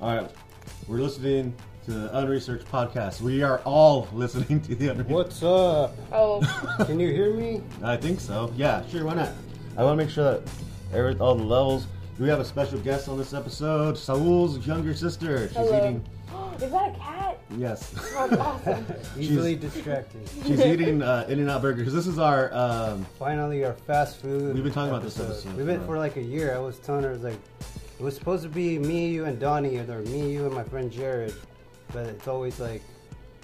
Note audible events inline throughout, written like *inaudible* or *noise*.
All right, we're listening to the Unresearched podcast. We are all *laughs* listening to the Unresearched. What's up? Oh, *laughs* Can you hear me? I think so. Yeah, sure. Why not? I want to make sure that every all the levels. We have a special guest on this episode. Saul's younger sister. She's hello. eating. Is that a cat? Yes. Oh, awesome. Easily distracted. *laughs* She's eating uh, In-N-Out burgers. This is our. Um, Finally, our fast food. We've been talking about this episode, We've been yeah. for like a year. I was telling her, I was like, it was supposed to be me, you, and Donnie, or me, you, and my friend Jared, but it's always like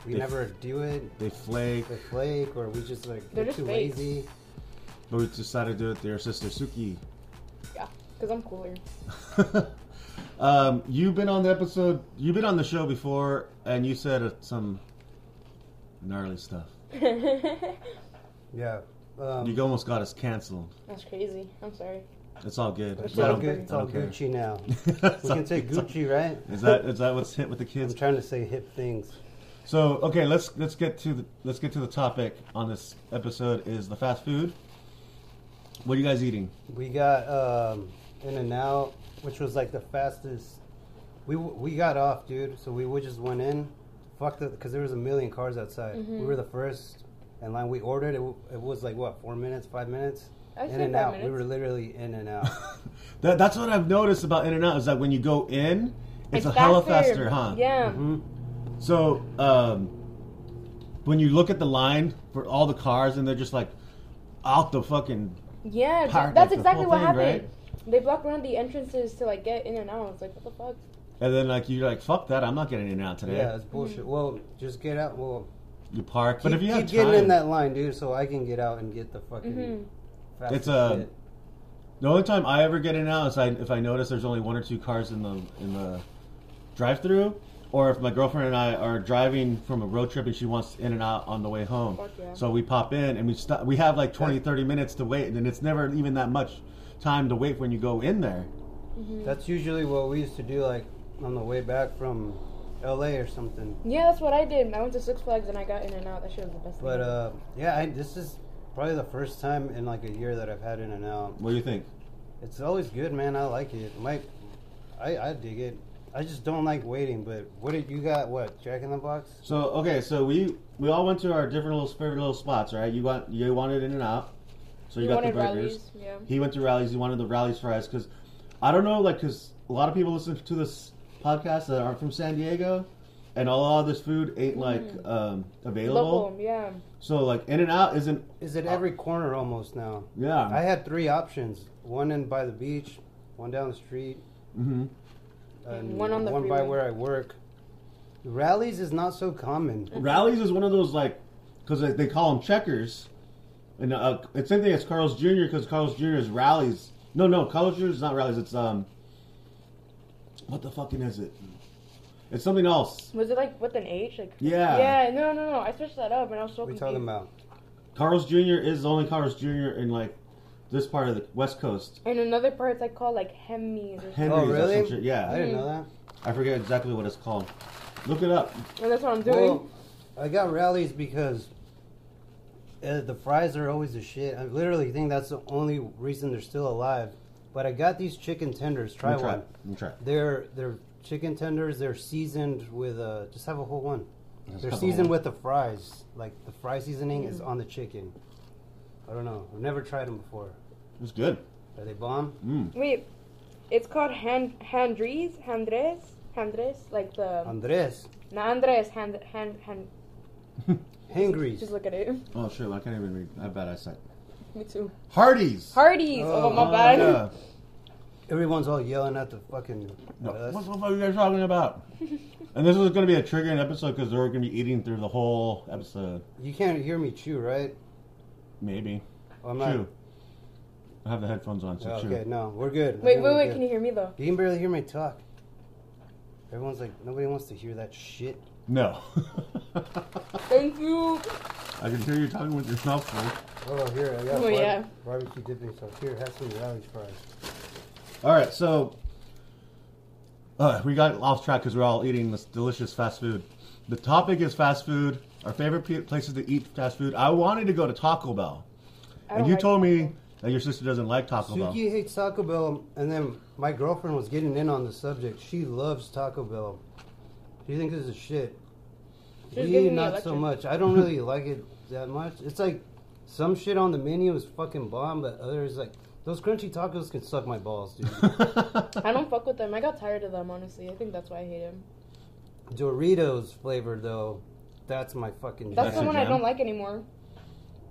we They- never do it. they flake, They flake, or we just like They're get too just fake. lazy. but we decided to do it to your sister Suki. *laughs* Yeah, because I'm cooler. um, you've been on the episode. You've been on the show before, and you said uh, some gnarly stuff. Yeah. Um, You almost got us canceled. That's crazy. I'm sorry. It's all good. it's I all, don't- good, it's I all don't care. *laughs* Gucci now. It's we all- can say it's all- Gucci, right? Is that is that what's hit with the I'm kids? trying to say hip things. So okay, let's let's get to the let's get to the topic on this episode is the fast food. What are you guys eating? *laughs* We got um, In and Out, which was like the fastest. We w- we got off, dude. So we w- just went in, fucked up because there was a million cars outside. Mm-hmm. We were the first in line. We ordered. It, w- it was like what four minutes, five minutes. I in said and five out. We minutes. were literally in and out. *laughs* That, that's what I've noticed about In and Out is that when you go in, it's, a hella faster, huh? Mm-hmm. Yeah. Mm-hmm. So um, when you look at the line for all the cars and they're just like out the fucking Yeah, th- Parked, like, that's the exactly whole what thing, happened. They blocked around the entrances to like get in and out. It's like what the fuck? and then like you're like fuck that I'm not getting In and Out today. yeah, it's bullshit. Mm-hmm. Well, just get out. Well, You park, but keep, if you keep have getting time, in that line, dude, so I can get out and get the fucking. Mm-hmm. Fast It's, uh, The only time I ever get in and out is I, if I notice there's only one or two cars in the in the drive-through, or if my girlfriend and I are driving from a road trip and she wants in and out on the way home. Fuck yeah. So we pop in and we stop. We have like 20, 30 minutes to wait, and it's never even that much time to wait when you go in there. Mm-hmm. That's usually what we used to do, like on the way back from L.A. or something. Yeah, that's what I did. I went to Six Flags and I got in and out. That shit was the best But thing. uh, yeah, I, this is probably the first time in like a year that I've had In and Out. What do you think? It's always good, man. I like it. My, I, I dig it. I just don't like waiting. But what did you got? What Jack in the Box? So okay, so we we all went to our different little favorite little spots, right? You want you wanted in and out, so you, You got the wanted burgers. rallies, yeah. He went to rallies. He wanted the rallies fries because I don't know, like, because a lot of people listen to this podcast that aren't from San Diego, and a lot of this food ain't like um, available. Local, yeah. So like, In and Out isn't. Is it every corner almost now? Yeah. I had three options: one in by the beach, one down the street, hmm and One on the one by freeway. where I work. Rallies is not so *laughs* common. Rallies is one of those like, because they, they call them checkers, and uh, it's same thing as Carl's Jr. because Carl's Jr. is rallies. No, no, Carl's Jr. is not rallies. It's um, what the fucking is it? It's something else. Was it like with an H? Like Yeah. Yeah. No, no, no. I switched that up and I was so What are you confused. talking about? Carl's Jr. is only Carl's Jr. in like this part of the West Coast. And another part, it's like called like Hemi's or something. Henry's Oh, or really? some shit, I Yeah, didn't know that. I forget exactly what it's called. Look it up. And that's what I'm doing. Well, I got rallies because uh, the fries are always the shit. I literally think that's the only reason they're still alive. But I got these chicken tenders. Try Let me try. one. it. Let me try. it. They're they're chicken tenders. They're seasoned with uh just have a whole one. They're have a seasoned whole with the fries. Like the fry seasoning is Mm-hmm. on the chicken. I don't know. I've never tried them before. It's good. Mm. Are they bomb? Wait, it's called hand Handres, Handres, Handres, like the Andres, not Andres, hand hand hand. hangries. Just look at it. *laughs* Oh shit! I can't even read. I have bad eyesight. Me too. Hardee's. Hardee's. Oh, my bad. yeah. *laughs* Everyone's all yelling at the fucking. at us. What the fuck are you guys talking about? and this is going to be a triggering episode because they're going to be eating through the whole episode. You can't hear me chew, right? Maybe. I'm Chew. I have the headphones on, so Yeah, chew. Oh, okay, no, we're good. I think *laughs* Wait, wait, we're wait. good. Can you hear me though? You can barely hear me talk. Everyone's like, nobody wants to hear that shit. No. *laughs* Thank you. I can hear you talking with your mouth full. Oh, here, I got Oh, yeah. barbecue dipping sauce. Here, have some rally fries. All right, so uh, we got off track because we're all eating this delicious fast food. The topic is fast food. Our favorite pe- places to eat fast food. I wanted to go to Taco Bell, I and don't you like told me Taco Like your sister doesn't like Taco Bell. Suki hates Taco Bell, and then my girlfriend was getting in on the subject. She loves Taco Bell. She thinks it's a shit. She's me, giving me not a so lecture. much. I don't really *laughs* like it that much. It's like some shit on the menu is fucking bomb, but others like those crunchy tacos can suck my balls, dude. I don't fuck with them. I got tired of them, honestly. I think that's why I hate them. Doritos flavor though, that's my fucking. That's, That's the a jam. one I gem. don't like anymore.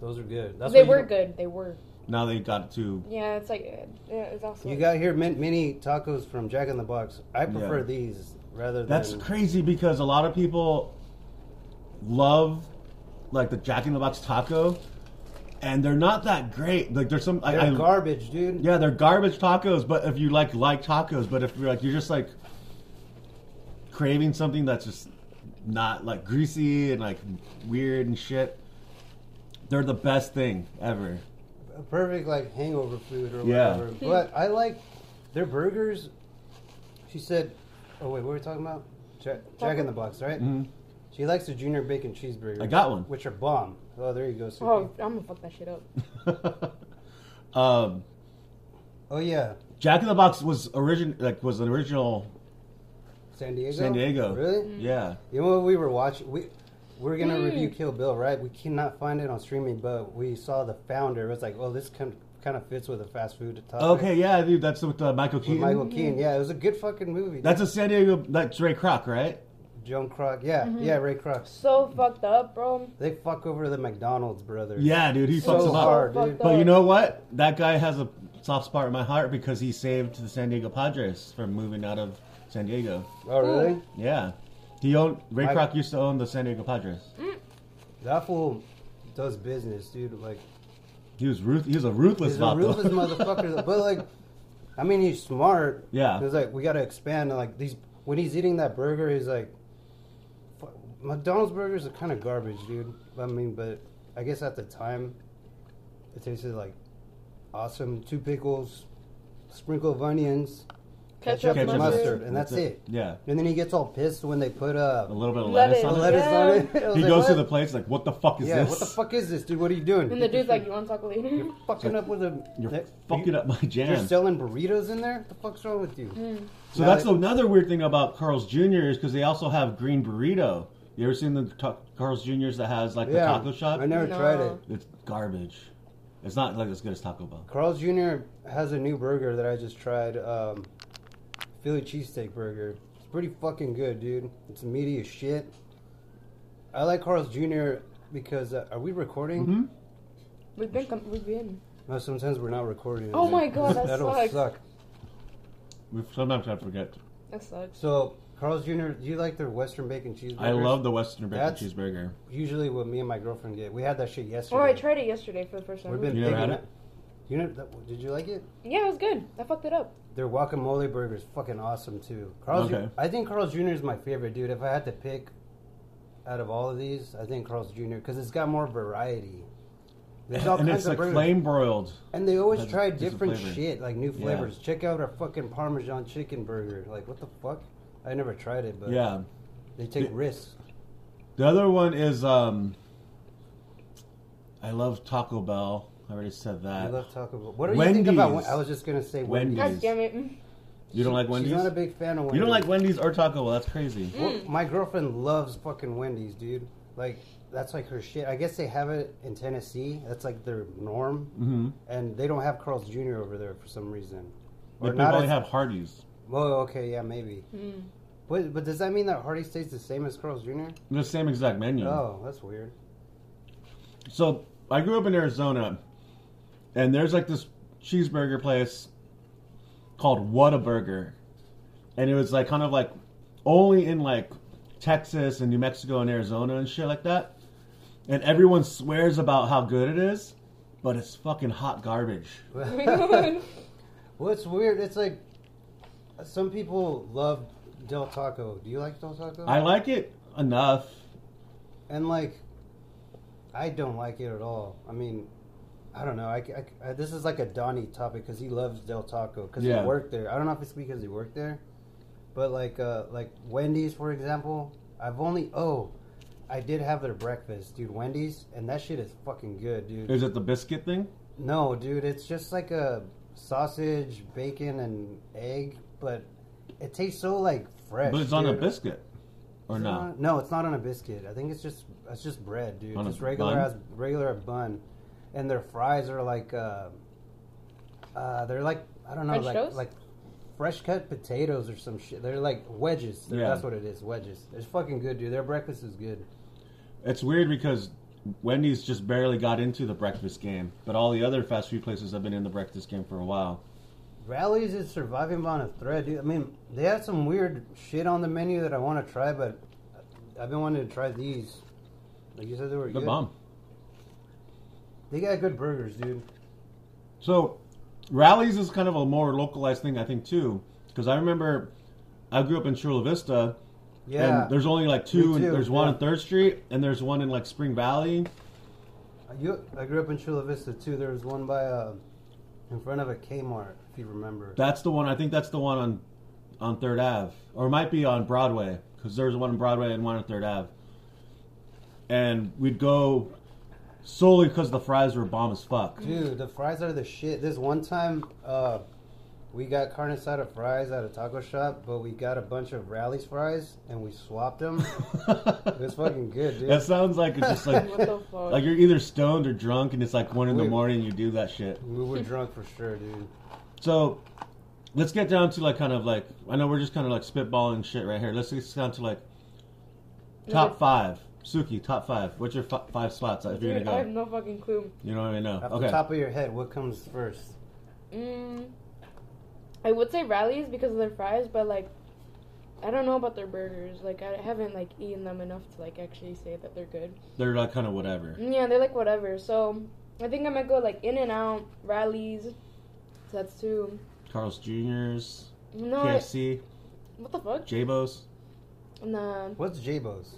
Those are good. That's they why you were don't- good. They were. *laughs* now they got to. Yeah, it's like uh, yeah, it's also. You got here mint mini tacos from Jack in the Box. I prefer Yeah. these rather than That's crazy because a lot of people love like the Jack in the Box taco, and they're not that great. Like there's some. they're I, I, garbage, dude. Yeah, they're garbage tacos. But if you like like tacos, but if you're like you're just like craving something that's just not like greasy and like weird and shit, they're the best thing ever. a perfect like hangover food or Yeah. whatever. But I like their burgers. She said, "Oh wait, what were we talking about? Jack, Jack in the Box, right?" Mhm. She likes the junior bacon cheeseburger. I got one. *laughs* which are bomb. Oh, there you go. Suki. Oh, I'm gonna fuck that shit up. um, oh yeah, Jack in the Box was origin like was an original. San Diego. San Diego. Really? Mm-hmm. Yeah, You know what we were watching? We we are gonna review Kill Bill, right? We cannot find it on streaming, but we saw the founder. It was like, oh, this kind kind of fits with a fast food topic. Okay, yeah, dude, that's with uh, Michael With Keaton. Michael Keaton, yeah, it was a good fucking movie. That's a San Diego. That's Ray Kroc, right? Joan Croc, yeah, yeah, Ray Kroc. So fucked up, bro. They fuck over the McDonald's brothers. Yeah, dude, he fucks So him hard, up. dude. But you know what? That guy has a soft spot in my heart because he saved the San Diego Padres from moving out of San Diego. Oh, really? Yeah, he owned Ray I- Hmm? Kroc used to own the San Diego Padres. That fool does business, dude. Like, He was ruth. He was a ruthless, he's a vato. *laughs* ruthless motherfucker. But like, I mean, he's smart. Yeah. He's like, we gotta expand. and, Like these, when he's eating that burger, he's like, "Fu- McDonald's burgers are kind of garbage, dude. I mean, but I guess at the time, it tasted like awesome. Two pickles, sprinkle of onions, Ketchup, Ketchup, mustard. mustard. and that's it. Yeah, and then he gets all pissed when they put uh, a little bit of Lettuce. lettuce on it. lettuce on it. I was He like, goes to "What?" the place like, "What the fuck is Yeah, this? what the fuck is this, dude? What are you doing? And the dude's like, "You want to talk *laughs* later?" You're fucking up with a. You're that- fucking up my jam." You're selling burritos in there? What the fuck's wrong with you? So Now that's that- another weird thing about Carl's Jr. is because they also have Green Burrito. You ever seen the ta- Carl's Jr.'s that has like the yeah, taco shop? I never No. tried it. It's garbage. It's not like as good as Taco Bell. Carl's Jr. has a new burger that I just tried. Um, Philly cheesesteak burger. It's pretty fucking good, dude. It's meaty as shit. I like Carl's Jr. because uh, are we recording? hmm We've been, com- we've been. No, sometimes we're not recording. Oh my God, that that'll sucks. suck. We sometimes I forget. That sucks. So Carl's Jr. Do you like their Western bacon cheeseburger? I love the Western bacon That's- *laughs* cheeseburger. Usually, what me and my girlfriend get, we had that shit yesterday. Oh, I tried it yesterday for the first time. We've been You never picking had up. it? You know, that, did you like it? Yeah, it was good. I fucked it up. Their guacamole burger is fucking awesome too. Carl's Okay. I think Carl's Jr. is my favorite, dude. If I had to pick out of all of these, I think Carl's Jr. because it's got more variety. There's all And kinds it's of like burgers, flame broiled. and they always has try different different flavor. shit, like new Yeah. flavors. Check out our fucking Parmesan chicken burger. Like, what the fuck? I never tried it, but Yeah. they take Yeah. risks. The other one is um I love Taco Bell. I already said I that. love Taco Bell. What do you think about? Wen- Wendy's. I was just gonna say Wendy's. Wendy's. God damn it. you don't like Wendy's? She's not a big fan of Wendy's. Mm-hmm. you don't like Wendy's or Taco Bell. That's crazy. Well, my girlfriend loves fucking Wendy's, dude. Like that's like her shit. I guess they have it in Tennessee. That's like their norm, Mm-hmm. and they don't have Carl's Jr. over there for some reason. Like they not probably as- have Hardee's. Well, okay, yeah, maybe. Mm. But but does that mean that Hardee's stays the same as Carl's Jr.? The same exact menu. Oh, that's weird. So I grew up in Arizona, and there's like this cheeseburger place called Whataburger, and it was like kind of like only in like Texas and New Mexico and Arizona and shit like that. And everyone swears about how good it is, but it's fucking hot garbage. *laughs* Well, it's weird. It's like some people love Del Taco. Do you like Del Taco? I like it enough. and like i don't like it at all i mean i don't know i, I- I- this is like a donnie topic because he loves del taco because Yeah. he worked there i don't know if it's because he worked there but like uh like wendy's for example i've only oh i did have their breakfast dude wendy's and that shit is fucking good dude Is it the biscuit thing? No, dude, it's just like a sausage, bacon, and egg, but it tastes so like fresh. But it's on a dude. biscuit, or It's no? not- No, it's not on a biscuit. I think it's just it's just bread, dude. On a just regular bun? as regular bun, and their fries are like uh, uh they're like I don't know French like toast? like fresh cut potatoes or some shit. They're like wedges. They're- Yeah. That's what it is. Wedges. It's fucking good, dude. Their breakfast is good. It's weird because Wendy's just barely got into the breakfast game, but all the other fast food places have been in the breakfast game for a while. Rallies is surviving on a thread, dude. I mean, they had some weird shit on the menu that I want to try, but I've been wanting to try these. Like you said, they were The good. bomb. They got good burgers, dude. So, rallies is kind of a more localized thing, I think, too. Because I remember I grew up in Chula Vista, Yeah. and there's only like two. Me and too, there's one yeah. on Third Street, and there's one in like Spring Valley. Uh, You, I grew up in Chula Vista too. There was one by uh, in front of a Kmart, if you remember. That's the one. I think that's the one on on Third Ave, or it might be on Broadway, because there's one on Broadway and one on Third Ave. And we'd go solely because the fries were bomb as fuck. Dude, the fries are the shit. This one time, uh, we got carne asada fries at a taco shop, but we got a bunch of Rally's fries and we swapped *laughs* them. it was fucking good, dude. That sounds like it's just like What the fuck? like you're either stoned or drunk, and it's like one in the Wait. morning. You do that shit. we were drunk for sure, *laughs* dude. So let's get down to like kind of like I know we're just kind of like spitballing shit right here. Let's get down to like top Number- five. Suki, top five. What's your f- five spots if you're Dude, I gonna have go? no fucking clue. You don't even know. Off the Okay. top of your head, what comes first? Mm, I would say rallies because of their fries, but like, I don't know about their burgers. Like, I haven't like eaten them enough to like actually say that they're good. They're like kind of whatever. Yeah, they're like whatever. So I think I might go like In and Out, rallies. That's two. Carl's Jr.'s, No, I- KFC, what the fuck? J-Bo's. Nah. What's J-Bo's?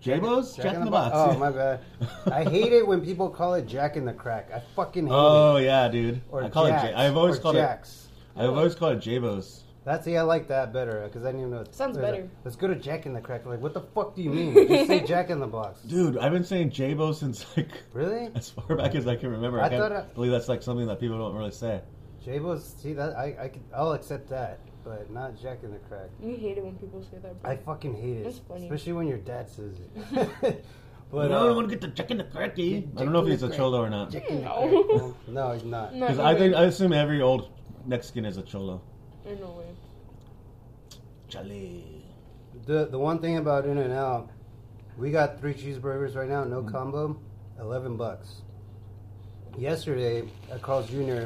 J-Bo's? Jack, in the Box. Oh, *laughs* my bad. I hate it when people call it Jack in the Crack. I fucking hate Oh it. yeah, dude. Or I call Jack's, it. J- I've always or called Jack's. it. I've always called it J-Bo's. That's yeah, I like that better because I didn't even know. It Sounds it was better. Like, Let's go to Jack in the Crack. Like, what the fuck do you mean? Just *laughs* say Jack in the Box. Dude, I've been saying J-Bo since like *laughs* Really? as far back as I can remember. I, I can't thought I- believe that's like something that people don't really say. Jabo's. See that? I I could, I'll accept that, but not Jack in the Crack. You hate it when people say that. bro. I fucking hate it, That's funny. especially when your dad says *laughs* it. *laughs* but no, I uh, want to get the Jack in the Cracky. I Jack don't know if in he's the a Crack. cholo or not. Jack in the No. Crack. no, he's not. No, Because no I way. think I assume every old Mexican is a cholo. There's no way. Chale. The the one thing about In and Out, we got three cheeseburgers right now, no combo, eleven bucks. Yesterday at Carl's Jr.,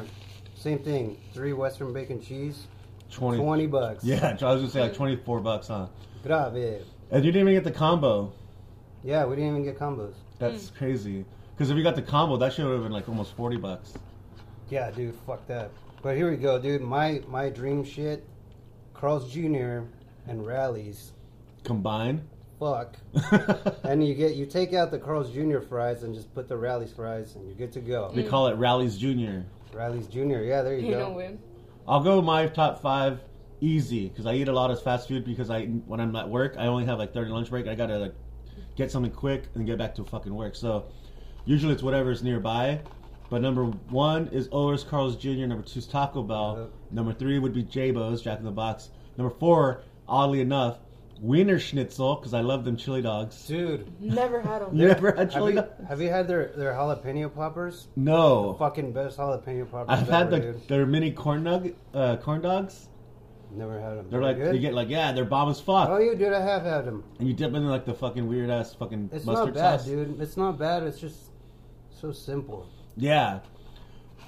same thing, three Western bacon cheese, 20. twenty bucks. Yeah, *laughs* I was gonna say like twenty-four bucks, huh? Grave. And you didn't even get the combo. Yeah, we didn't even get combos. That's crazy. Because if you got the combo, that shit would have been like almost forty bucks. Yeah, dude, fuck that. But here we go, dude. My my dream shit, Carl's Jr. and rallies. *laughs* Combine. Fuck. they And you get you take out the Carl's Jr. fries and just put the rallies fries and you're good to go. call it Rallies Junior. Rallies Jr. Yeah, there you You know go. when. I'll go my top five easy because I eat a lot of fast food because I when I'm at work I only have like 30 lunch break. I gotta like get something quick and get back to fucking work. So usually it's whatever's nearby. But number one is Oler's Carl's Jr. Number two is Taco Bell. Number three would be J-Bo's, Jack in the Box. Number four, oddly enough, Wiener Schnitzel because I love them chili dogs. Dude, Never *laughs* had them. You never had Have chili you, dogs? have you had their, their jalapeno poppers? No. Fucking best jalapeno poppers. I've ever, had the, dude. their mini corn nug, uh, corn dogs. Never had them. They're like good? you get like yeah, they're bomb as fuck. Oh, you dude, I have had them. And you dip in like the fucking weird ass fucking It's mustard not bad, sauce. dude. It's not bad. It's just so simple. Yeah,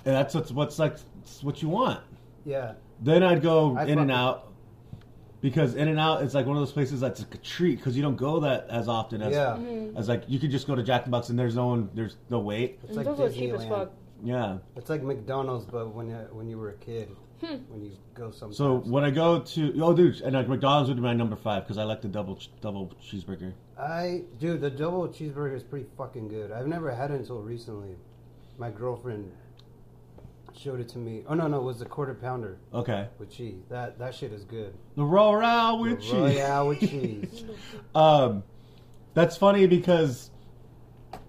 and that's what's, what's like it's what you want. Yeah. Then I'd go I In and fuck- Out because In and Out is like one of those places that's a treat because you don't go that as often as Yeah. Mm-hmm. as like you could just go to Jack in the Box and there's no one, there's no wait. It's like Those are cheap as Disneyland. fuck. Yeah. It's like McDonald's, but when uh, when you were a kid, Hmm. when you go somewhere. So when I go to oh dude, and like McDonald's would be my number five because I like the double ch- double cheeseburger. I dude, the double cheeseburger is pretty fucking good. I've never had it until recently. My girlfriend showed it to me. Oh no, no, it was the quarter pounder Okay. with cheese. That that shit is good. The Royale with cheese. *laughs* Royale with cheese. Um, that's funny because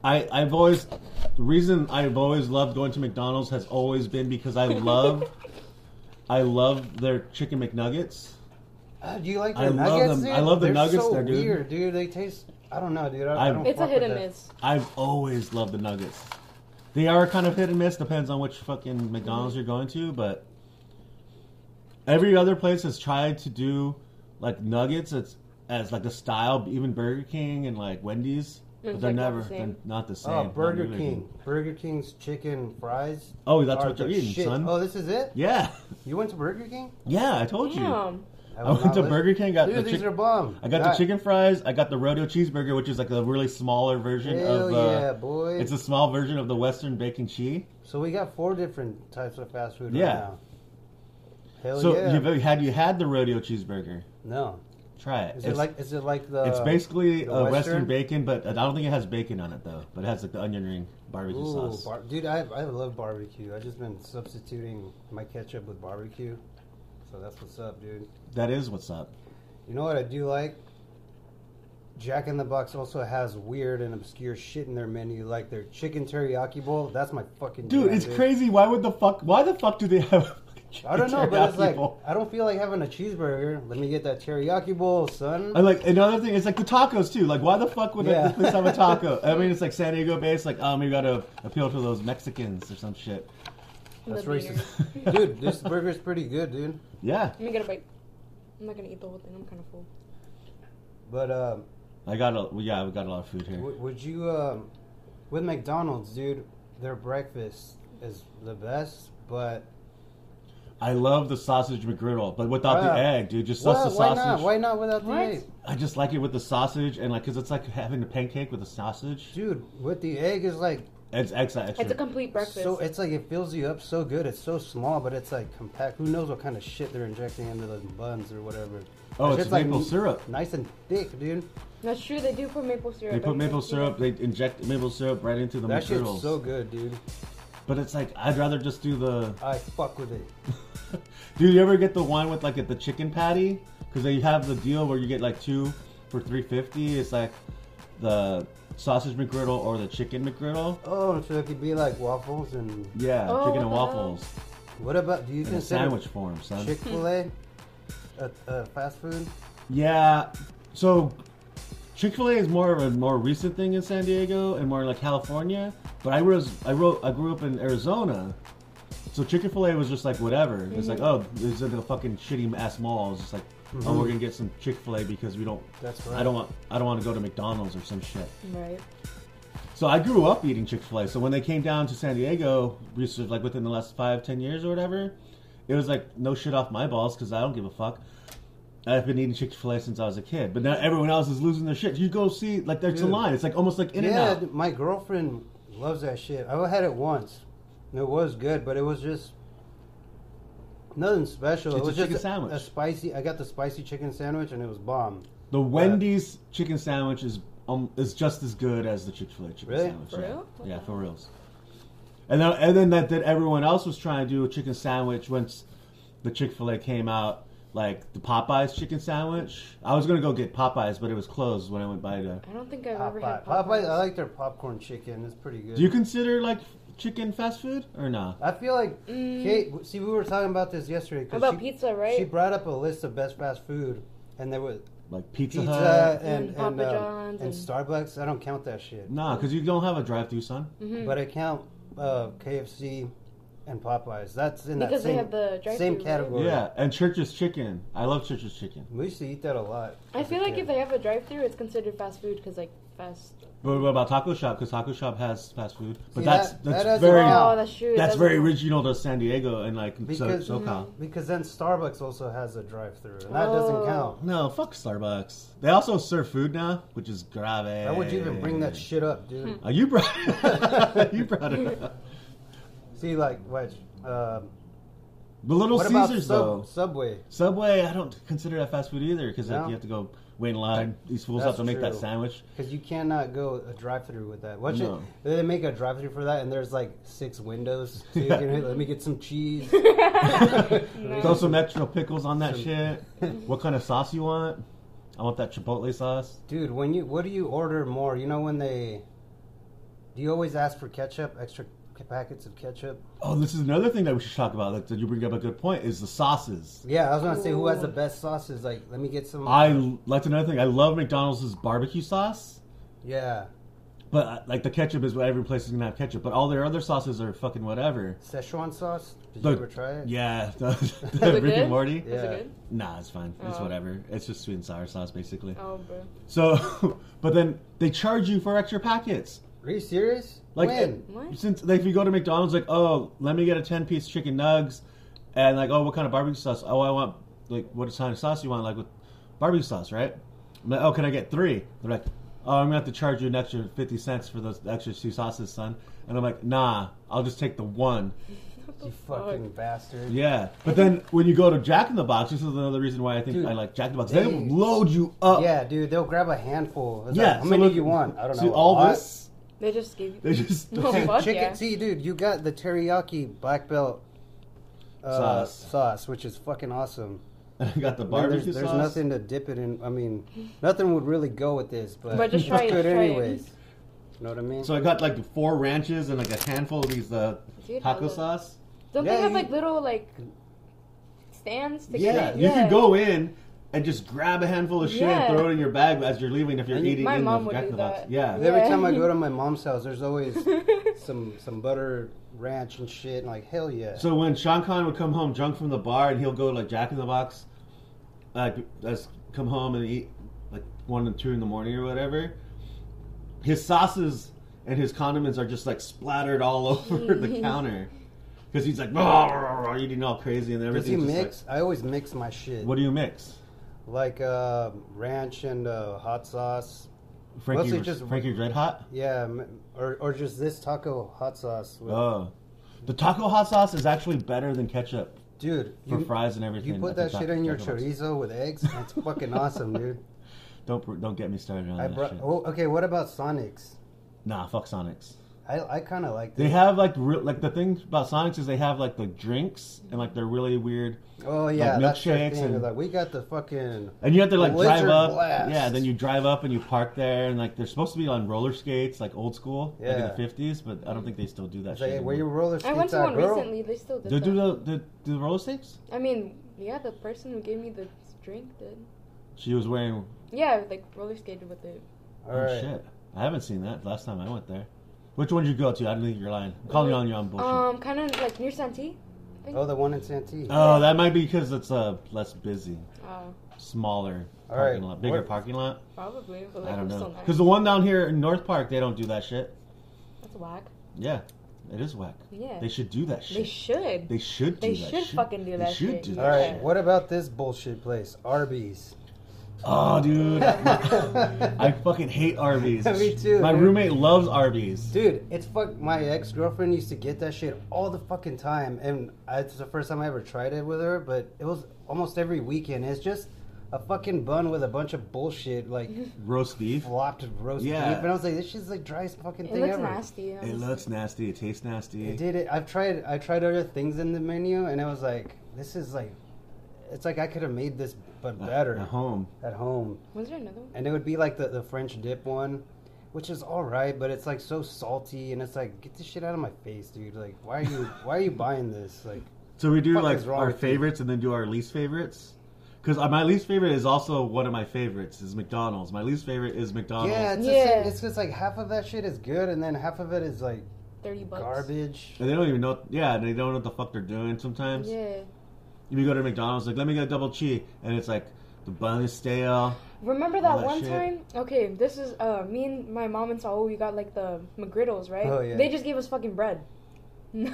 I I've always the reason I've always loved going to McDonald's has always been because I love I love their chicken McNuggets. Uh, do you like the I love nuggets? them. Dude? I love the They're nuggets so there, dude. Weird, dude. They taste. I don't know, dude. I, I I'm- don't. It's a fuck hit with and that. miss. I've always loved the nuggets. They are kind of hit and miss, depends on which fucking McDonald's you're going to, but every other place has tried to do like nuggets as, as like the style, even Burger King and like Wendy's. But It's, they're like, not never, the same. they're not the same. Oh, Burger Not really. King. Burger King's chicken fries. Oh, that's are what you're the eating, shit. son. Oh, this is it. Yeah, *laughs* You went to Burger King? yeah, I told you. Damn. I, I was went not to lis- Burger King, got Dude, the these chicken- are bomb. I got God. the chicken fries. I got the rodeo cheeseburger, which is like a really smaller version of. Hell Uh, yeah, boy. It's a small version of the Western bacon cheese. so we got four different types of fast food Yeah. right now. Hell so yeah. you've, e- had you had the rodeo cheeseburger? no. Try it. Is it like? Is it like the? it's basically the a Western? Western? bacon, but I don't think it has bacon on it though. But it has like the onion ring barbecue Ooh, sauce. bar- dude, I, I love barbecue. I've just been substituting my ketchup with barbecue. So that's what's up, dude. that is what's up. You know what I do like? Jack in the Box also has weird and obscure shit in their menu, like their chicken teriyaki bowl. That's my fucking Dude, jam, it's crazy. Why would the fuck? Why the fuck do they *laughs* have? a fucking I don't know, but it's teriyaki like bowl? I don't feel like having a cheeseburger. Let me get that teriyaki bowl, son. And like another thing, it's like the tacos too. Like, why the fuck would Yeah. this place have a *laughs* taco? I mean, it's like San Diego based. Like, um, you gotta appeal to those Mexicans or some shit. That's The racist. beater. Dude, *laughs* this burger's pretty good, dude. Yeah, Let me get a bite. I'm not gonna eat the whole thing. I'm kind of full. But um, I got a we yeah we got a lot of food here. W- Would you, um, with McDonald's, dude, their breakfast is the best, but I love the sausage McGriddle, but without Ah. the egg, dude. Just Why- just the why sausage. not? Why not without the What? egg? I just like it with the sausage and like because it's like having a pancake with a sausage. Dude, with the egg is like It's extra extra. It's a complete breakfast. so it's like it fills you up so good. It's so small, but it's like compact. Who knows what kind of shit they're injecting into those buns or whatever? oh, it's, just like maple n- syrup. Nice and thick, dude. That's true. They do put maple syrup. They I put maple didn't see syrup. that. They inject maple syrup right into the that McGriddles. shit's so good, dude. But it's like I'd rather just do the. *laughs* I fuck with it. Do you ever get the one with like the chicken patty? Because they have the deal where you get like two for three fifty. It's like the sausage McGriddle or the chicken McGriddle. Oh, so it could be like waffles and Yeah, Oh, chicken and what the hell? waffles what about? Do you in a consider sandwich form, son. Chick Fil A a, a fast food? Yeah. So Chick Fil A is more of a more recent thing in San Diego and more like California. But I was I wrote I grew up in Arizona, so Chick Fil A was just like whatever. It's like oh, Mm-hmm. there's like a fucking shitty ass mall. It's just like oh, we're gonna get some Chick Fil A because we don't. That's right. I don't want I don't want to go to McDonald's or some shit. Right. So I grew up eating Chick Fil A. So when they came down to San Diego, recently, like within the last five, ten years or whatever, it was like no shit off my balls because I don't give a fuck. I've been eating Chick Fil A since I was a kid, but now everyone else is losing their shit. You go see, like there's a Dude. line. It's like almost like in yeah, and out. dude, my girlfriend loves that shit. I had it once. and It was good, but it was just nothing special. It's it a was chicken just sandwich. A, spicy. I got the spicy chicken sandwich, and it was bomb. The Wendy's chicken sandwich is um, is just as good as the Chick Fil A chicken Really? sandwich. For yeah. real? What Yeah, the for reals. And then and then that, that everyone else was trying to do a chicken sandwich once the Chick Fil A came out, like the Popeyes chicken sandwich. I was gonna go get Popeyes, but it was closed when I went by to. I don't think I've ever Popeye. had Popeye. I Popeyes. like their popcorn chicken. It's pretty good. Do you consider like chicken fast food or not? I feel like Mm. Kate. See, we were talking about this yesterday. 'cause About she, pizza, right? She brought up a list of best fast food, and there was Like Pizza, pizza Hut? and And and, Papa um, John's and and- Starbucks. I don't count that shit. Nah, because you don't have a drive-through, son. Mhm. but I count uh, KFC and Popeyes. That's in that Because they same, have the drive-thru, same right? category. Yeah, and Church's chicken. I love Church's chicken. we used to eat that a lot. I as a feel like kid. if they have a drive-through, it's considered fast food because like fast. But what about Taco Shop? Because Taco Shop has fast food, but See, that's that- that's that doesn't very count. Oh, that's true. it that's doesn't very count. original to San Diego and like so- Because- SoCal. because then Starbucks also has a drive-through, and that doesn't Mm-hmm. Oh. count. No, fuck Starbucks. They also serve food now, which is grave. Why would you even bring that shit up, dude? *laughs* Hmm. Oh, you brought you brought it up. *laughs* See, like, what? Um But Little what about Caesars Sub- though, Subway? Subway, I don't consider that fast food either because like, No? you have to go wait in line. These fools That's have to make that true. *laughs* sandwich. *laughs* Because you cannot go a drive-through with that. Watch No. it. They make a drive-through for that, and there's like six windows. *laughs* So you Yeah. can, let me get some cheese. *laughs* No. Throw some extra pickles on that *laughs* shit. what kind of sauce you want? I want that chipotle sauce. Dude, when you what do you order more? You know when they Do you always ask for ketchup, extra c- packets of ketchup? Oh, this is another thing that we should talk about. Like, that you bring up a good point is the sauces. Yeah, I was gonna say who has the Ooh. best sauces. Like, let me get some. I that's another thing. I love McDonald's barbecue sauce, yeah, but uh, like the ketchup is what every place is gonna have ketchup. But all their other sauces are fucking whatever. Szechuan sauce. Did The- you ever try it? Yeah, *laughs* the, the it Rick good? and Morty. Was Yeah. it good? Nah, it's fine. It's Oh. whatever. It's just sweet and sour sauce, basically. Oh, bro. So, *laughs* but then they charge you for extra packets. Are you serious? Like, when? What? Since like if you go to McDonald's, like, oh, let me get a ten piece chicken nugs, and like, oh, what kind of barbecue sauce? Oh, I want like what kind of sauce you want? Like with barbecue sauce, right? I'm like, oh, can I get three? They're like, oh, I'm gonna have to charge you an extra fifty cents for those extra two sauces, son. And I'm like, nah, I'll just take the one. What the You fuck? fucking bastard. Yeah, but then when you go to Jack in the Box, this is another reason why I think Dude, I like Jack in the Box. They, they- load you up. Yeah, dude, they'll grab a handful. It's Yeah, like, how so many look- do you want? I don't know. See a all lot? this? They just gave you. They just No, Dude, fuck chicken. yeah. See, dude, you got the teriyaki black belt uh, Sauce. sauce, which is fucking awesome. I *laughs* got the I mean, barbecue there's, there's sauce. nothing to dip it in. I mean, nothing would really go with this, but, But just it's try it, good try it. anyways. You know what I mean? So I got like four ranches and like a handful of these uh, Dude, I taco love- sauce. Don't Yeah, they have you- like little like stands to Yeah, get it? you can go in and just grab a handful of shit Yeah. and throw it in your bag as you're leaving if you're And you- eating My in mom the would Jack in do the Box. that. Yeah. Every Yeah. time I go to my mom's house, there's *laughs* always some some butter ranch and shit. And like hell yeah. So when Sean Khan would come home drunk from the bar and he'll go to like Jack in the Box, like us come home and eat like one and two in the morning or whatever. His sauces and his condiments are just like splattered all *laughs* over *laughs* the counter because he's like "Rah, rah, rah," eating all crazy and Does he everything. mix? I always mix my shit. what do you mix? like uh, ranch and uh, hot sauce. Frankie, Mostly just- Frankie's Red Hot. Yeah, m- or or just this taco hot sauce. With, Oh, the taco hot sauce is actually better than ketchup dude, for you, fries and everything. you at put the that Jack- shit in your Jack in the Box. chorizo with eggs. *laughs* That's fucking awesome, dude. Don't pr- don't get me started on I that brought. shit. Oh, okay, what about Sonics? Nah, fuck Sonics. I I kind of like They this. have like real like the thing about Sonics is they have like the drinks and like they're really weird. oh yeah, like that's their milkshakes thing. They're and- Like we got the fucking. And you have to like drive Blizzard up, Blast. yeah. Then you drive up and you park there, and like they're supposed to be on roller skates, like old school, like in the Yeah. fifties. But I don't think they still do that. shit It's like, anymore. where you roller *laughs* I skates went to at, one girl? recently. They still did They that. do the, the do the roller skates. I mean, yeah, the person who gave me the drink did. She was wearing Yeah, like roller skated with it. All oh, right. shit. I haven't seen that last time I went there. Which one did you go to? I don't think you're lying. I'm calling you on your own bullshit. Um, kind of like near Santee. Oh, the one in Santee. Oh, that might be because it's uh, less busy, Oh, smaller All parking right, lot, bigger what- parking lot. probably. But like, I don't it's know. Still Because nice. the one down here in North Park, they don't do that shit. That's whack. Yeah, it is whack. Yeah. They should do that shit. They should. They should do They that should shit. fucking do They that should shit, do yeah. All that right. shit. What about this bullshit place, Arby's? Oh, *laughs* dude. *laughs* I fucking hate Arby's. Me too, My dude. roommate loves Arby's. Dude, it's fuck. My ex girlfriend used to get that shit all the fucking time, and I, it's the first time I ever tried it with her. But it was almost every weekend. It's just a fucking bun with a bunch of bullshit *laughs* like Roast beef. flopped roast Yeah. beef, and I was like, this shit's like driest fucking It thing looks ever. nasty. It honestly. looks nasty. It tastes nasty. It did it. I've tried. I tried other things in the menu, and I was like, this is like, it's like I could have made this but At- better At home. at home. Was there another one? and it would be like the, the French dip one, which is all right, but it's like so salty, and it's like get this shit out of my face, dude. Like, why are you why are you buying this? Like, So we do Fuck like is wrong our with you? favorites and then do our least favorites. Because my least favorite is also one of my favorites is McDonald's. My least favorite is McDonald's. yeah, it's Yeah. yeah. it's just like half of that shit is good, and then half of it is like Thirty bucks. garbage. And they don't even know. Yeah, they don't know what the fuck they're doing sometimes. Yeah. If you go to McDonald's, like let me get a double cheese, and it's like the bun is *laughs* stale. *laughs* Remember All that that one shit. time? Okay, this is uh me and my mom and Saul. We got like the McGriddles, right? Oh, yeah. They just gave us fucking bread. *laughs* *laughs* no.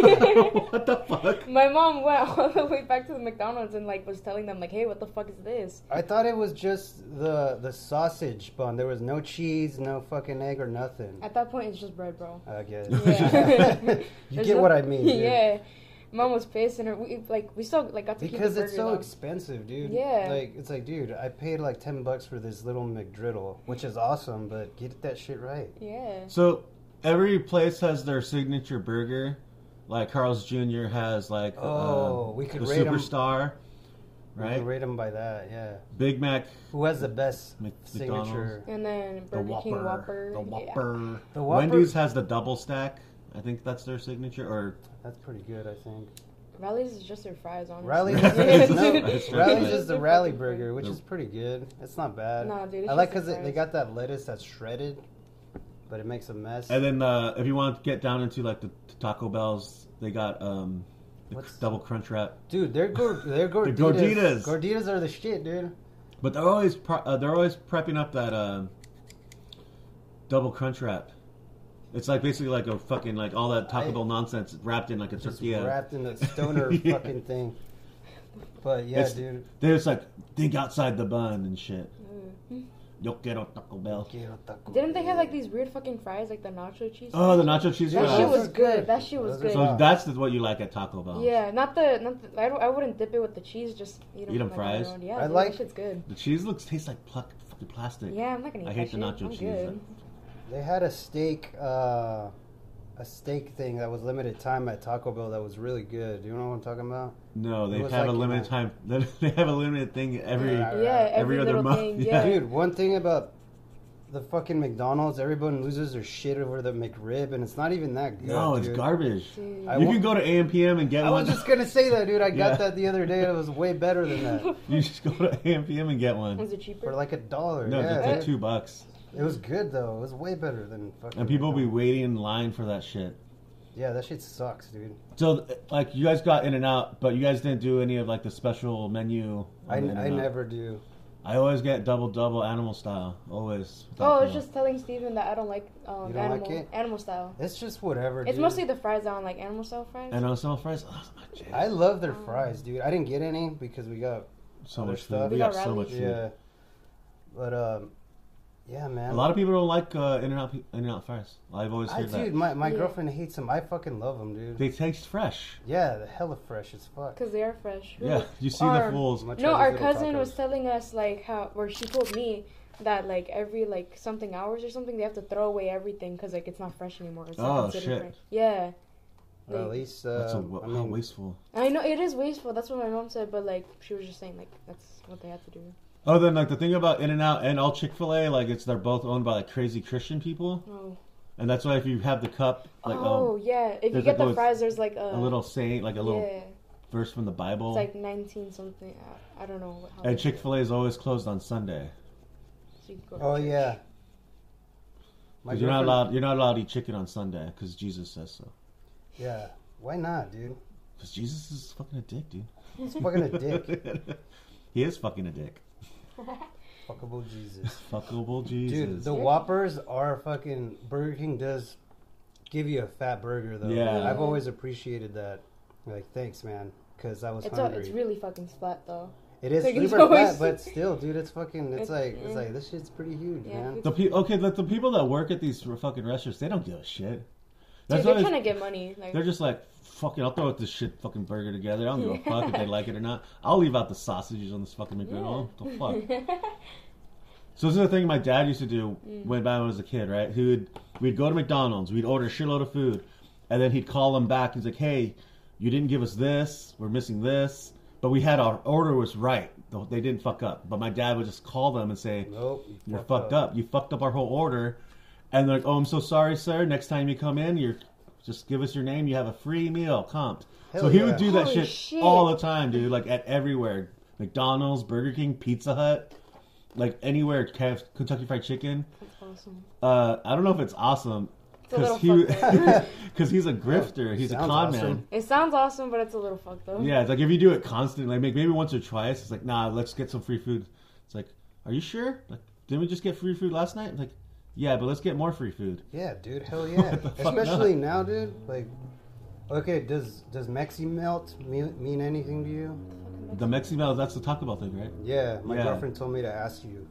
what the fuck? My mom went all the way back to the McDonald's and like was telling them like, "Hey, what the fuck is this?" I thought it was just the the sausage bun. There was no cheese, no fucking egg, or nothing. At that point, it's just bread, bro. I guess. Yeah. *laughs* you There's get no- what I mean, dude. *laughs* yeah. Mom was pissed, and her, we like we still like got to Because keep the it's so burger, though. expensive, dude. Yeah. Like it's like, dude, I paid like ten bucks for this little McDriddle, which is awesome, but get that shit right. yeah. So every place has their signature burger. Like Carl's Jr. has like Oh, um, we could the rate 'em. superstar. You right? can rate them by that, yeah. Big Mac, Who has the best Mc- signature? And then the Burger Whopper, King Whopper. the yeah. Whopper. The Whopper- Wendy's has the double stack. I think that's their signature. Or That's pretty good, I think. Rallies is just their fries, honestly. *laughs* Rally's, It's no, not- it's Rally's not- is the rally burger, which is pretty good. It's not bad. Nah, dude, it's I like just because the they fries. got that lettuce that's shredded, but it makes a mess. and then uh, if you want to get down into like the t- Taco Bell's, they got um, the What's- double crunch wrap. Dude, they're gor- they're gorditas. gorditas. gorditas. are the shit, dude. But they're always pro- uh, they're always prepping up that uh, double crunch wrap. It's like basically like a fucking like all that Taco I- Bell nonsense wrapped in like a Just tortilla. wrapped *laughs* in the stoner Yeah. fucking thing. But yeah, It's- dude. They're just like think outside the bun and shit. Mm. Yo quiero Taco Bell. Quiero taco Didn't they have like Bell. these weird fucking fries, like the nacho cheese? Oh, the nacho cheese That fries. shit Those was are good. That shit was Those are good. so Ah. that's what you like at Taco Bell. Oh. Yeah, not the not. The, I don't. I wouldn't dip it with the cheese. Just you know, Eat 'em like, fries? around. Yeah, I dude, like- that shit's good. The cheese looks tastes like pluck, fucking plastic. Yeah, I'm not gonna eat I that hate the shit. nacho I'm cheese. Good. They had a steak, uh, a steak thing that was limited time at Taco Bell that was really good. Do you know what I'm talking about? No, they was have a like in limited a- time. *laughs* They have a limited thing every. Yeah. Yeah, Every every, other little month, thing. *laughs* yeah. Yeah. Dude, one thing about the fucking McDonald's, everyone loses their shit over the McRib, and it's not even that good. No, it's dude. garbage. Dude. I you wa- can go to AMPM and get I one. was *laughs* just gonna say that, dude. I Yeah. got that the other day. and It was way better than *laughs* that you just go to AMPM and get one. *laughs* Was it cheaper? for like a dollar. No, yeah, it's like dude. two bucks, it was good though. It was way better than fucking. and people be McDonald's. waiting in line for that shit. Yeah, that shit sucks, dude. So, like, you guys got In and Out, but you guys didn't do any of like the special menu. I, on In-N-Out. I never do. I always get double double animal style. Always. oh, I Without was fail. just telling Steven that I don't like um, You don't animal like it? animal style. It's just whatever. It's dude. mostly the fries that I don't like. Animal style fries. And on some fries, oh, my jam. I love their Um, fries, dude. I didn't get any because we got so other much food. stuff. We We got got so rally. much food. yeah. But um, yeah, man. A lot of people don't like uh, In and Out In and Out fries. I've always I, heard that. dude, my, my Yeah. girlfriend hates them. I fucking love them, dude. They taste fresh. yeah, the hella fresh as fuck. Because they are fresh. Who Yeah, *laughs* would- you see the Or- fools. Much No, like our these little cousin tacos. was telling us like how, or she told me that like every like something hours or something they have to throw away everything because like it's not fresh anymore. It's Oh, not considered shit. fresh. Yeah. Or at Like, least, That's a, uh, wa- I how mean, wasteful. I know it is wasteful. That's what my mom said, but like she was just saying like that's what they had to do. Oh, then like the thing about In and Out and all Chick Fil A, like it's they're both owned by like crazy Christian people, Oh. and that's why if you have the cup, like oh um, yeah. If you there's get like the those- fries, there's like a, a little saint, like a little yeah. verse from the Bible. It's like nineteen something. uh, I, I don't know. what- How and Chick Fil A is always closed on Sunday oh yeah. My because you're not girlfriend- allowed. You're not allowed to eat chicken on Sunday because Jesus says so. Yeah. Why not, dude? Because Jesus is fucking a dick, dude. He's fucking a *laughs* dick. he is fucking a dick. Fuckable Jesus. Fuckable Jesus. Dude, the Whoppers are fucking Burger King does give you a fat burger though. Yeah. I've always appreciated that. Like, thanks, man, because I was It's, a, hungry. it's really fucking flat though. It is Like, it's super always- fat, *laughs* but still, dude, it's fucking. It's It's- like it's mm. like this shit's pretty huge, Yeah. man. The pe- okay, the, the people that work at these fucking restaurants, they don't give a shit. Dude, That's they're why trying to get money. Like they're just like, fuck it, I'll throw this shit fucking burger together. I don't give *laughs* a fuck if they like it or not. I'll leave out the sausages on this fucking McGriddle. The fuck. So this is the thing my dad used to do Mm. when I was a kid, right? He would we'd go to McDonald's, we'd order a shitload of food, and then he'd call them back. He's like, "Hey, you didn't give us this. We're missing this." But we had our order was right. The- They didn't fuck up. But my dad would just call them and say, Nope, you're fucked up. You fucked up our whole order. And they're like, oh, I'm so sorry, sir. Next time you come in, you're just give us your name. You have a free meal, comped. so Hell he yeah. would do that Holy shit, shit. all the time, dude. Like at everywhere, McDonald's, Burger King, Pizza Hut, like anywhere, K- Kentucky Fried Chicken. *laughs* that's awesome. Uh, I don't know if it's awesome It's a little he *laughs* fucked up. *laughs* because he's a grifter. He's a Sounds con man. awesome. It sounds awesome, but it's a little fucked up. Yeah, it's like if you do it constantly, like make- maybe once or twice, it's like, nah, let's get some free food. It's like, are you sure? Like, didn't we just get free food last night? Like, yeah, but let's get more free food. Yeah, *laughs* dude, hell yeah. What the fuck Especially now, dude. Like, okay, does does Mexi melt mean, mean anything to you? The Mexi Melt, that's the Taco Bell thing, right? Yeah, my Yeah. girlfriend told me to ask you.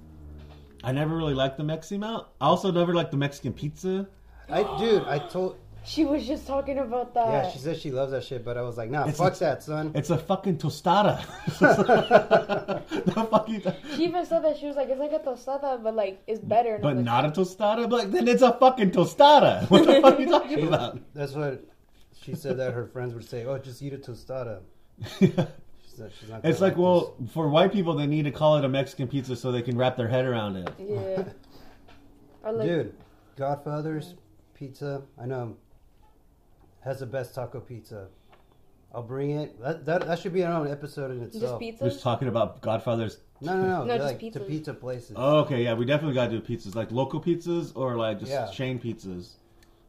I never really liked the Mexi Melt. I also never liked the Mexican pizza. I dude, I told. She was just talking about that. Yeah, she said she loves that shit, but I was like, nah, It's fuck a- that, son. It's a fucking tostada. *laughs* the fucking, She even said that she was like, it's like a tostada, but like it's better. And but I'm like, not a tostada. But then it's a fucking tostada. *laughs* What the fuck are you talking about? That's what she said that her friends would say. Oh, just eat a tostada. She's not, she's not gonna *laughs* It's like, this. well, for white people, they need to call it a Mexican pizza so they can wrap their head around it. Yeah. *laughs* I like dude, Godfather's pizza. I know has the best taco pizza. I'll bring it. That that, that should be our own episode in just itself. We're pizzas. just talking about Godfather's. No, no, no. *laughs* No, just like to pizzas. pizza places. Oh, okay, yeah, we definitely gotta do pizzas, like local pizzas or like just Yeah. chain pizzas,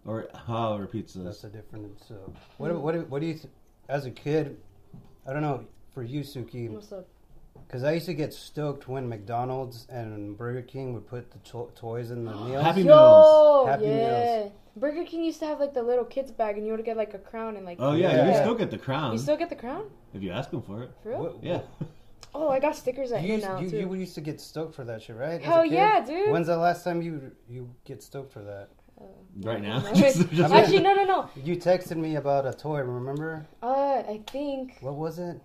or however That's pizzas. a different. So, what what what do you, th- as a kid, I don't know for you, Suki, What's up? because I used to get stoked when McDonald's and Burger King would put the to- toys in *gasps* the meals. Happy Yo, Happy yeah. meals. Burger King used to have like the little kids bag, and you would get like a crown and like. Um. Oh yeah, you Yeah. still get the crown You still get the crown? if you ask them for it. For real? What- Yeah, *laughs* Oh, I got stickers at You In used, and Out you, too. you used to get stoked for that shit, right? As a Hell kid? yeah, dude. When's the last time you you get stoked for that? right *laughs* now. *laughs* No, Just- wait. just- Actually, no, no, no. You texted me about a toy. Remember Uh, I think what was it?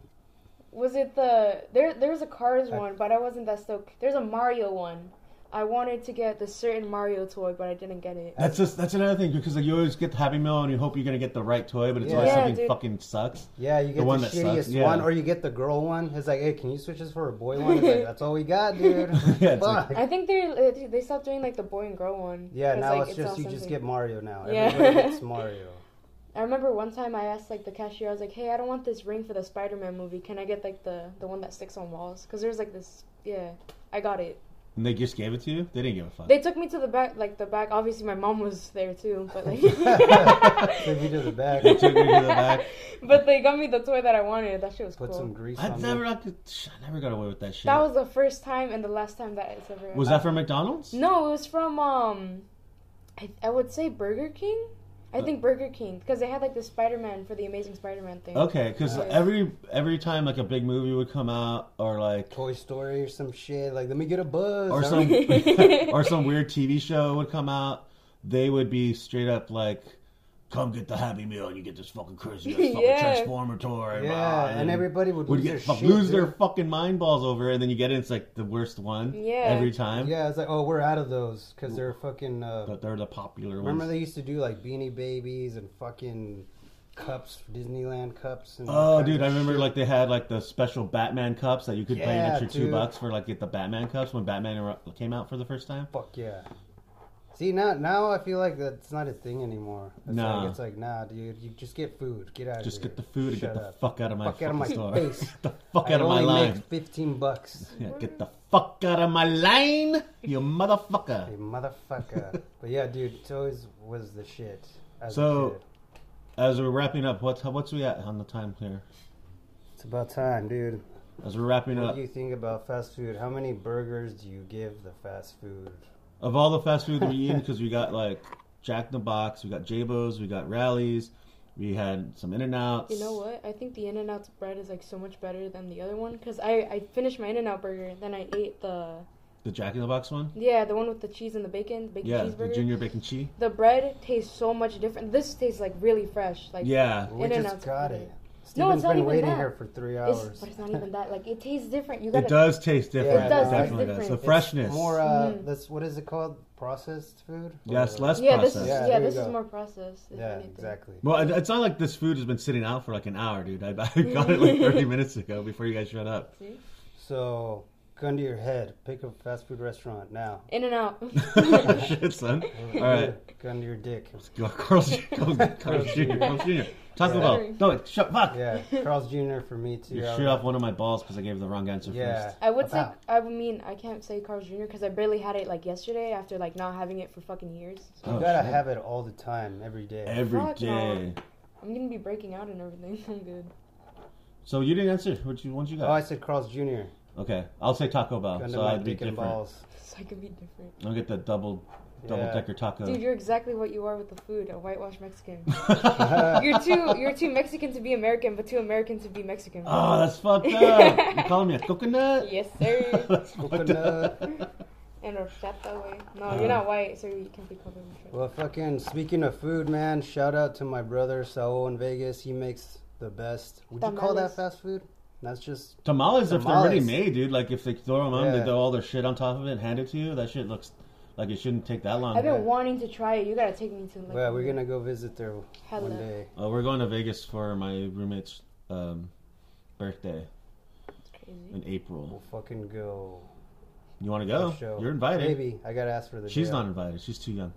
was it the there? There was a Cars I- one, but I wasn't that stoked. There's a Mario one. I wanted to get the certain Mario toy, but I didn't get it. That's just that's another thing because like you always get the Happy Meal and you hope you're gonna get the right toy, but it's Yeah. always Yeah, something dude. fucking *laughs* sucks. Yeah, you get the, one that shittiest sucks, yeah. one, or you get the girl one. It's like, hey, can you switch this for a boy one? It's *laughs* like, That's all we got, dude. Yeah, *laughs* it's like- Fuck. I think they uh, they stopped doing like the boy and girl one. Yeah, 'cause, now like, it's, just all you just something. get Mario now. Yeah. Everybody *laughs* gets Mario. I remember one time I asked like the cashier, I was like, "Hey, I don't want this ring for the Spider-Man movie. Can I get like the the one that sticks on walls? Because there's like this. Yeah, I got it. And they just gave it to you. They didn't give a fuck. They took me to the back, like the back. Obviously, my mom was there too, *laughs* but like. Take me to the back. They took me to the back. *laughs* But they got me the toy that I wanted. That shit was Put cool. some grease I've on never, it. I, could, I never got away with that shit. That was the first time and the last time that it's ever. Was that from McDonald's? No, it was from um, I, I would say Burger King. Uh. I think Burger King because they had like the Spider Man for the Amazing Spider Man thing. Okay, because Yeah. every every time like a big movie would come out, or like Toy Story or some shit. Like, let me get a buzz. or I some *laughs* remember- or some weird TV show would come out, they would be straight up like, "Come get the Happy Meal, and you get this fucking crazy ass fucking Yeah. Transformer toy." and blah," Yeah, and everybody would, would lose get their fuck- shit. lose their dude. fucking mind balls over, it, and then you get it, it's like the worst one. Yeah. every time. Yeah, it's like, oh, we're out of those because they're fucking. Uh, but they're the popular ones. remember they used to do like Beanie Babies and fucking cups, Disneyland cups. And all Oh, kinds dude! of I remember shit. like they had like the special Batman cups that you could pay an Yeah, extra two dude. bucks for, like get the Batman cups when Batman ar- came out for the first time. Fuck yeah. See now, now I feel like that's not a thing anymore. It's Nah. like, it's like nah, dude. You just get food. Get out. Just of here. get the food and Shut get the up. fuck out of my Fuck out fucking of my store. face. get *laughs* the fuck I out of my only line. make fifteen bucks. Yeah, get the fuck out of my line, you Hey, motherfucker. *laughs* motherfucker. but yeah, dude, toys was the shit. as a So- kid. As we're wrapping up, what's what's we at on the time here? it's about time, dude. As we're wrapping What up, do you think about fast food? How many burgers do you give the fast food? of all the fast food we eaten, because we got like Jack in the Box, we got Jabo's, we got Rallies, we had some In and Outs. You know what? I think the In and Out's bread is like so much better than the other one because I I finished my In and Out burger, then I ate the The Jack in the Box one. yeah the one with the cheese and the bacon, bacon Yeah, the cheeseburger. junior bacon cheese. the bread tastes so much different. This tastes like really fresh. Like Yeah, We In-N-Out's just got pretty it. No, Steven's it's not been even waiting that. here for three it's, hours. but *laughs* it's not even that. Like it tastes different. You gotta. it does taste different. Yeah, it it does taste definitely does. The different. freshness. More, uh, Mhm. that's what is it called? Processed food? yes, Or- less Yeah, this processed. is Yeah, yeah, there you this is go. more processed. if Yeah, anything. exactly. Well, it- it's not like this food has been sitting out for like an hour, dude. I, I got it *laughs* like 30 minutes ago before you guys showed up. *laughs* See? So, gun to your head, pick a fast food restaurant *laughs* now. In *laughs* and out. *laughs* Shit, son. All right. Gun to your dick. Go, Carl's, *laughs* Carl's, Carl's Jr. Carl's Jr. Taco Yeah. Bell. No, wait, shut fuck. Yeah, Carl's Jr. for me too. You I shoot would- off one of my balls because I gave the wrong answer Yeah. first. I would say About. I mean I can't say Carl's Jr. because I barely had it like yesterday after like not having it for fucking years. So You Oh, gotta shit. have it all the time, every day. Every Fuck day. I'm gonna be breaking out and everything. *laughs* I'm good. So you didn't answer. What you, what you oh, I got? said Carl's Jr. Okay, I'll say Taco Bell. Gun to Oh, so my I'd be dick and different. balls. So I could be different. I'll get the double double Yeah. *laughs* decker taco. *laughs* Dude, you're exactly what you are with the food, a whitewashed Mexican. Oh, you're too *laughs* you're too Mexican to be American, but too American to be Mexican. oh, that's fucked up. *laughs* you calling me a coconut? yes, sir. That's fucked Coconut. and horchata way. No, Uh. you're not white, so you can be called a horchata. Well, fucking speaking of food, man, shout out to my brother Saul in Vegas. He makes the best. Would you call that Tamales. fast food? That's just Tamales, if they're already Tamales. made, dude. Like if they throw them on, they Yeah. throw all their shit on top of it, and hand it to you. That shit looks like it shouldn't take that long. I've been wanting to try it. You gotta take me to like. well, we're gonna go visit there one Hello. day. Uh, we're going to Vegas for my roommate's um, birthday. crazy. in April. We'll fucking go. You want to for go? a show. You're invited. Maybe I gotta ask for the. She's day not off. invited. She's too young.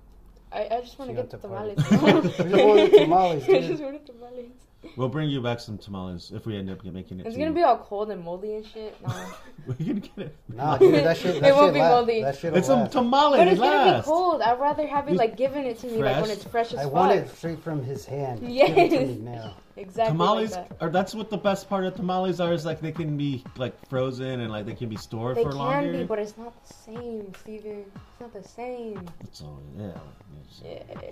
I, I just *laughs* want She to went get to tamales. Paris. We just *laughs* ordered tamales, I dude. just ordered tamales. We'll bring you back some tamales if we end up making it. It's to gonna you. be all cold and moldy *laughs* and shit. Nah. *laughs* We're gonna get it. Nah, *laughs* dude, that It shit. That won't shit be lasts. moldy. That shit. It's some tamales. but it's they gonna be last. cold. I'd rather have it You- like given it to me like when Fresh? it's fresh as I fuck. want it straight from his hand. Give it to Yes. me now. Exactly. Tamales Like that. are that's what the best part of tamales are is like they can be like frozen and like they can be stored They for can longer. be, but it's not the same, Steven. It's not the same. It's all- yeah, like, it's- Yeah.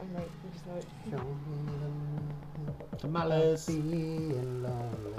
I'm like, you just know it. Show me the moon, Tamales. be alone.